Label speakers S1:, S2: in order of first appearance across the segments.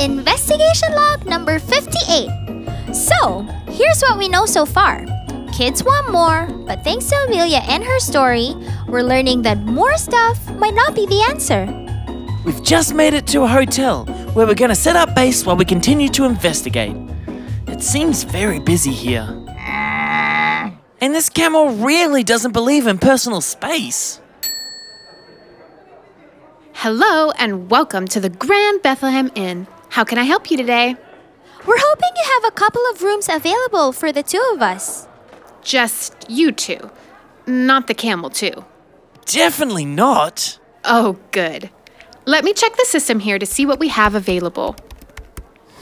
S1: Investigation log number 58. So, here's what we know so far. Kids want more, but thanks to Amelia and her story, we're learning that more stuff might not be the answer.
S2: We've just made it to a hotel where we're going to set up base while we continue to investigate. It seems very busy here. And this camel really doesn't believe in personal space.
S3: Hello and welcome to the Grand Bethlehem Inn. How can I help you today?
S1: We're hoping you have a couple of rooms available for the two of us.
S3: Just you two, not the camel, too.
S2: Definitely not.
S3: Oh, good. Let me check the system here to see what we have available.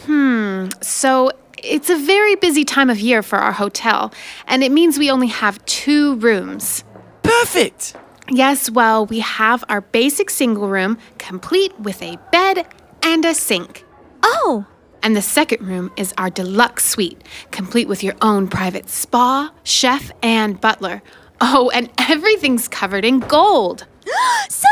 S3: Hmm, so it's a very busy time of year for our hotel, and it means we only have two rooms.
S2: Perfect.
S3: Yes, well, we have our basic single room, complete with a bed and a sink.
S1: Oh,
S3: And the second room is our deluxe suite, complete with your own private spa, chef, and butler. Oh, and everything's covered in gold.
S1: so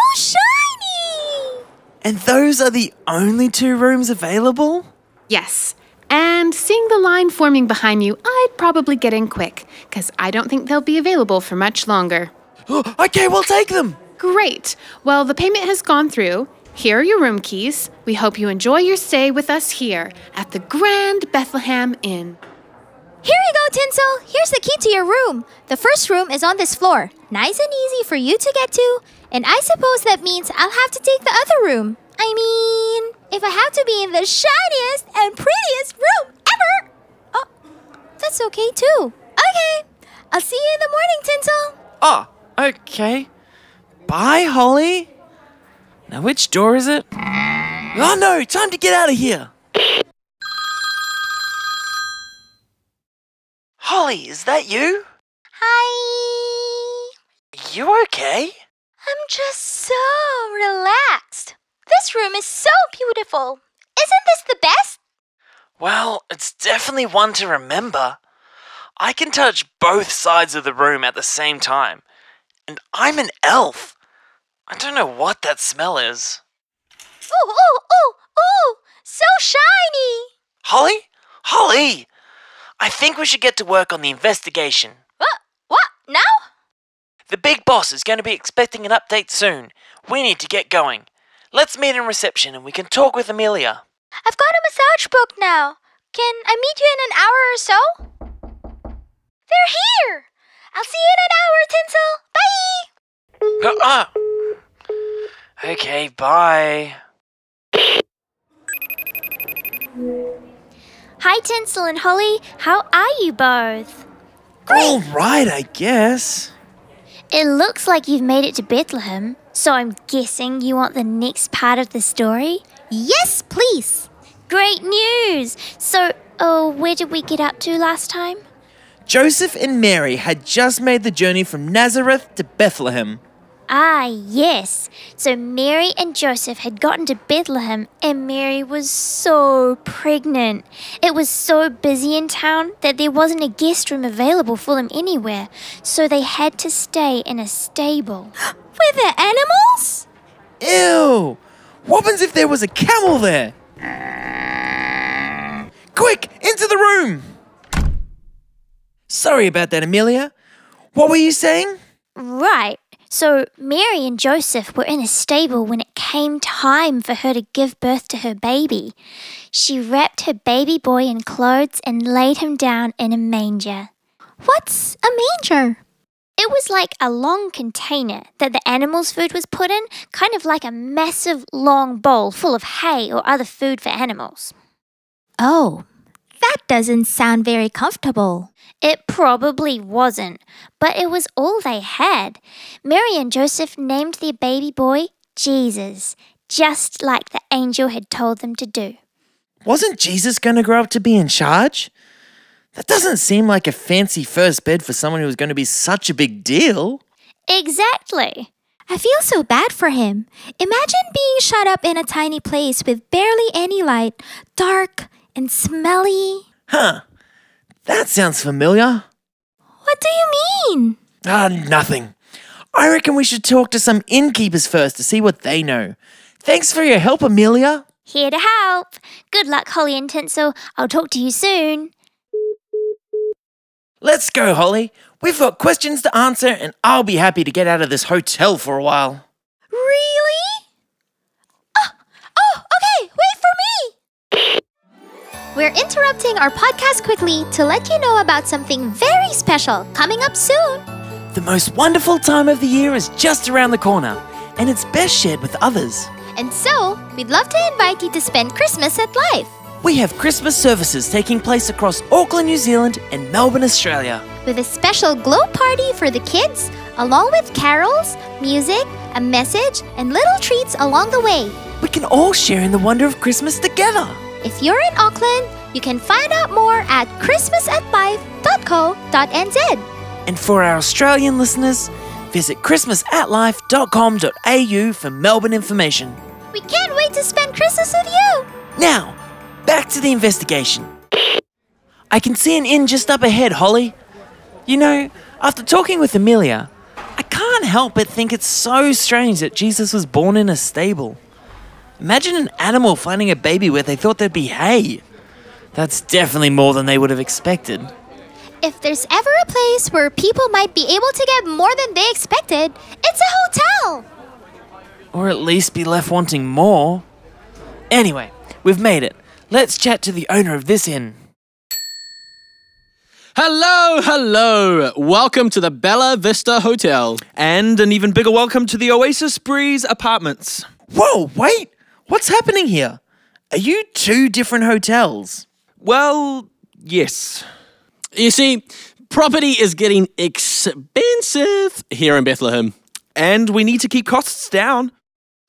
S1: shiny!
S2: And those are the only two rooms available?
S3: Yes. And seeing the line forming behind you, I'd probably get in quick, because I don't think they'll be available for much longer.
S2: okay, we'll take them.
S3: Great. Well, the payment has gone through. Here are your room keys. We hope you enjoy your stay with us here at the Grand Bethlehem Inn.
S1: Here you go, Tinsel. Here's the key to your room. The first room is on this floor, nice and easy for you to get to. And I suppose that means I'll have to take the other room. I mean, if I have to be in the shiniest and prettiest room ever. Oh, that's okay too. Okay, I'll see you in the morning, Tinsel.
S2: Ah, okay. Bye, Holly. Now, which door is it? Oh no, time to get out of here. Holly, is that you?
S1: Hi.
S2: You okay?
S1: I'm just so relaxed. This room is so beautiful. Isn't this the best?
S2: Well, it's definitely one to remember. I can touch both sides of the room at the same time. And I'm an elf. I don't know what that smell is.
S1: Ooh, ooh, ooh, ooh! oh, So shiny!
S2: Holly? Holly! I think we should get to work on the investigation.
S1: What? Uh, What? Now?
S2: The big boss is going to be expecting an update soon. We need to get going. Let's meet in reception and we can talk with Amelia.
S1: I've got a massage booked now. Can I meet you in an hour or so? They're here! I'll see you in an hour, Tinsel! Bye!
S2: Uh, uh. Okay, bye.
S1: Hi, Tinsel and Holly. How are you both?
S2: Alright, I guess.
S4: It looks like you've made it to Bethlehem, so I'm guessing you want the next part of the story?
S1: Yes, please!
S4: Great news! So, oh, where did we get up to last time?
S2: Joseph and Mary had just made the journey from Nazareth to Bethlehem.
S4: Ah, yes. So, Mary and Joseph had gotten to Bethlehem, and Mary was so pregnant. It was so busy in town that there wasn't a guest room available for them anywhere, so they had to stay in a stable.
S1: With the animals?
S2: Ew! What happens if there was a camel there? Quick, into the room! Sorry about that, Amelia. What were you saying?
S4: Right. So Mary and Joseph were in a stable when it came time for her to give birth to her baby. She wrapped her baby boy in clothes and laid him down in a manger.
S1: What's a manger?
S4: It was like a long container that the animal's food was put in, kind of like a massive long bowl full of hay or other food for animals.
S1: Oh, that doesn't sound very comfortable.
S4: It probably wasn't, but it was all they had. Mary and Joseph named their baby boy Jesus, just like the angel had told them to do.
S2: Wasn't Jesus going to grow up to be in charge? That doesn't seem like a fancy first bed for someone who was going to be such a big deal.
S4: Exactly.
S1: I feel so bad for him. Imagine being shut up in a tiny place with barely any light, dark and smelly.
S2: Huh. That sounds familiar.
S1: What do you mean?
S2: Ah, nothing. I reckon we should talk to some innkeepers first to see what they know. Thanks for your help, Amelia.
S4: Here to help. Good luck, Holly and Tinsel. I'll talk to you soon.
S2: Let's go, Holly. We've got questions to answer, and I'll be happy to get out of this hotel for a while.
S1: Really? Oh, oh, okay, wait for me! We're interrupting our podcast quickly to let you know about something very special coming up soon.
S2: The most wonderful time of the year is just around the corner, and it's best shared with others.
S1: And so, we'd love to invite you to spend Christmas at Life
S2: We have Christmas services taking place across Auckland, New Zealand, and Melbourne, Australia.
S1: with a special glow party for the kids, along with carols, music, a message, and little treats along the way.
S2: We can all share in the wonder of Christmas together.
S1: If you're in Auckland, you can find out more at christmasatlife.co.nz.
S2: And for our Australian listeners, visit christmasatlife.com.au for Melbourne information.
S1: We can't wait to spend Christmas with you!
S2: Now, back to the investigation. I can see an inn just up ahead, Holly. You know, after talking with Amelia, I can't help but think it's so strange that Jesus was born in a stable. Imagine an animal finding a baby where they thought there'd be hay. That's definitely more than they would have expected.
S1: If there's ever a place where people might be able to get more than they expected, it's a hotel!
S2: Or at least be left wanting more. Anyway, we've made it. Let's chat to the owner of this inn.
S5: Hello, hello. Welcome to the Bella Vista Hotel.
S6: And an even bigger welcome to the Oasis Breeze Apartments.
S2: Whoa, wait! What's happening here? Are you two different hotels?
S6: Well, yes.
S5: You see, property is getting expensive here in Bethlehem.
S6: And we need to keep costs down.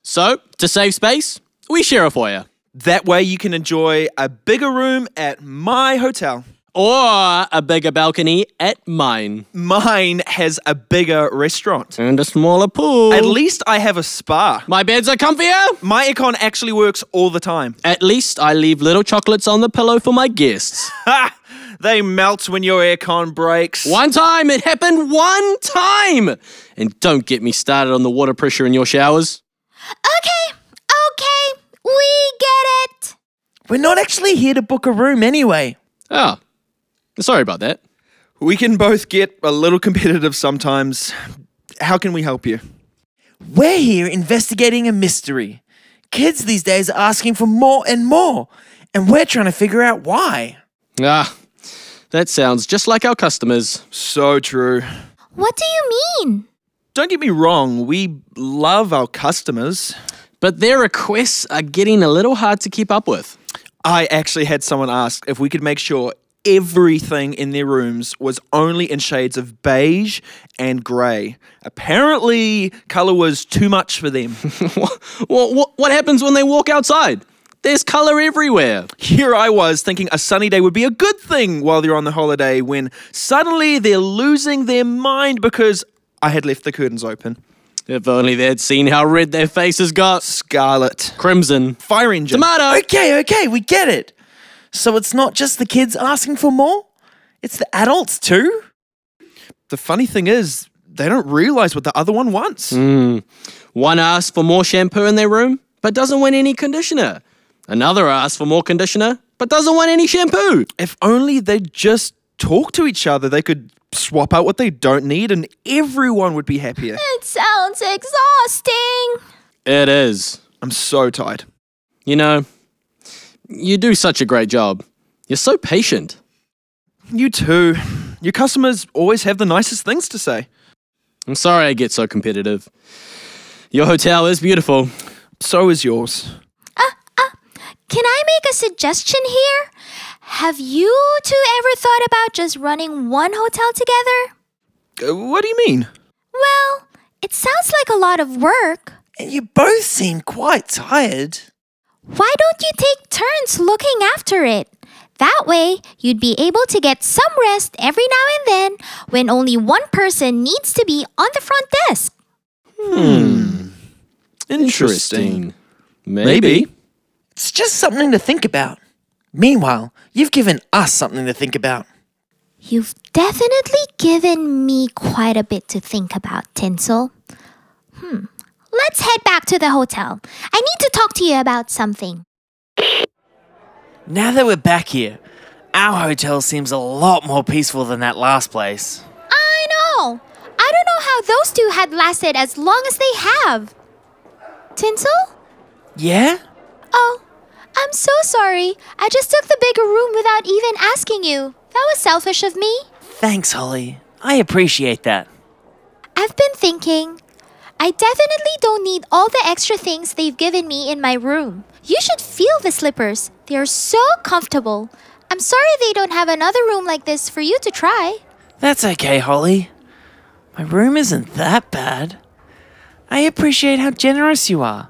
S5: So, to save space, we share a foyer
S6: That way you can enjoy a bigger room at my hotel.
S5: or a bigger balcony at mine
S6: Mine has a bigger restaurant.
S5: and a smaller pool.
S6: At least I have a spa.
S5: my beds are comfier.
S6: My econ actually works all the time.
S5: At least I leave little chocolates on the pillow for my guests.
S6: Ha! They melt when your aircon breaks.
S5: One time, it happened one time. And don't get me started on the water pressure in your showers.
S1: Okay, okay, we get it!
S2: We're not actually here to book a room anyway.
S5: Oh, sorry about that.
S6: We can both get a little competitive sometimes. How can we help you?
S2: We're here investigating a mystery. Kids these days are asking for more and more, and we're trying to figure out why.
S5: Ah, that sounds just like our customers.
S6: So true.
S1: What do you mean?
S6: Don't get me wrong, we love our customers.
S5: But their requests are getting a little hard to keep up with.
S6: I actually had someone ask if we could make sure everything in their rooms was only in shades of beige and grey. Apparently, colour was too much for them.
S5: what, what, what happens when they walk outside? There's color everywhere.
S6: Here I was thinking a sunny day would be a good thing while they're on the holiday when suddenly they're losing their mind because I had left the curtains open.
S5: If only they'd seen how red their faces got.
S6: Scarlet.
S5: Crimson.
S6: Fire engine.
S5: Tomato.
S2: Okay, okay, we get it. So it's not just the kids asking for more, it's the adults too?
S6: The funny thing is, they don't realise what the other one wants.
S5: Hmm. One asks for more shampoo in their room, but doesn't want any conditioner. Another asks for more conditioner, but doesn't want any shampoo.
S6: if only they just talk to each other, they could swap out what they don't need and everyone would be happier.
S1: It sounds exhausting!
S5: It is.
S6: I'm so tired.
S5: You know, you do such a great job. You're so patient.
S6: You too. Your customers always have the nicest things to say.
S5: I'm sorry I get so competitive. Your hotel is beautiful.
S6: So is yours.
S1: Uh, Can I make a suggestion here? Have you two ever thought about just running one hotel together?
S6: Uh, What do you mean?
S1: Well, it sounds like a lot of work.
S2: And you both seem quite tired.
S1: Why don't you take turns looking after it? That way, you'd be able to get some rest every now and then when only one person needs to be on the front desk.
S5: Maybe.
S2: It's just something to think about. Meanwhile, you've given us something to think about.
S1: You've definitely given me quite a bit to think about, Tinsel. Hmm. Let's head back to the hotel. I need to talk to you about something.
S2: Now that we're back here, our hotel seems a lot more peaceful than that last place.
S1: I know. I don't know how those two had lasted as long as they have. Tinsel?
S2: Yeah?
S1: Oh, I'm so sorry. I just took the bigger room without even asking you. That was selfish of me.
S2: Thanks, Holly. I appreciate that.
S1: I've been thinking. I definitely don't need all the extra things they've given me in my room. You should feel the slippers. They are so comfortable. I'm sorry they don't have another room like this for you to try.
S2: That's okay, Holly. My room isn't that bad. I appreciate how generous you are.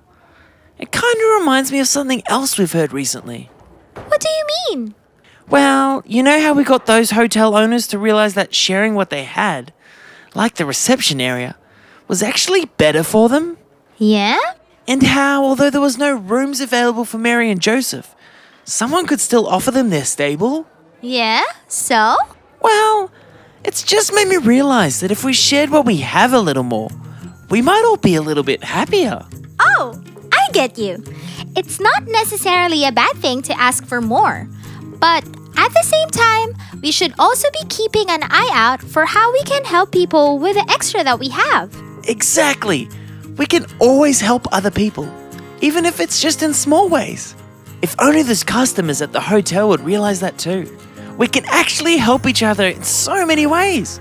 S2: It kind of reminds me of something else we've heard recently.
S1: What do you mean?
S2: Well, you know how we got those hotel owners to realize that sharing what they had, like the reception area, was actually better for them?
S1: Yeah?
S2: And how, although there was no rooms available for Mary and Joseph, someone could still offer them their stable?
S1: Yeah? So?
S2: Well, it's just made me realize that if we shared what we have a little more, we might all be a little bit happier.
S1: Oh, I get you. It's not necessarily a bad thing to ask for more. But at the same time, we should also be keeping an eye out for how we can help people with the extra that we have.
S2: Exactly. We can always help other people, even if it's just in small ways. If only those customers at the hotel would realize that too. We can actually help each other in so many ways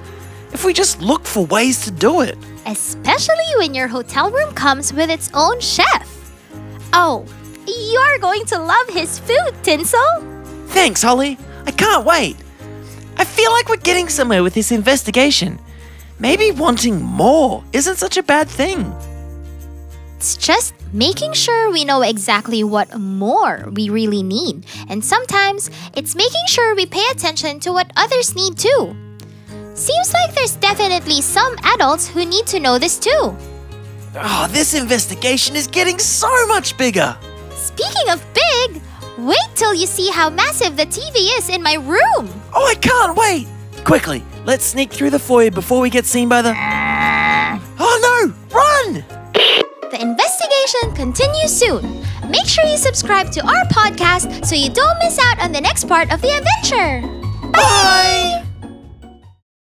S2: if we just look for ways to do it.
S1: Especially when your hotel room comes with its own chef. Oh, you're going to love his food, Tinsel.
S2: Thanks, Holly. I can't wait. I feel like we're getting somewhere with this investigation. Maybe wanting more isn't such a bad thing.
S1: It's just making sure we know exactly what more we really need. And sometimes it's making sure we pay attention to what others need too. Seems like there's definitely some adults who need to know this too.
S2: Oh, this investigation is getting so much bigger.
S1: Speaking of big, wait till you see how massive the TV is in my room.
S2: Oh, I can't wait! Quickly, let's sneak through the foyer before we get seen by the. Oh no! Run!
S1: The investigation continues soon. Make sure you subscribe to our podcast so you don't miss out on the next part of the adventure.
S2: Bye!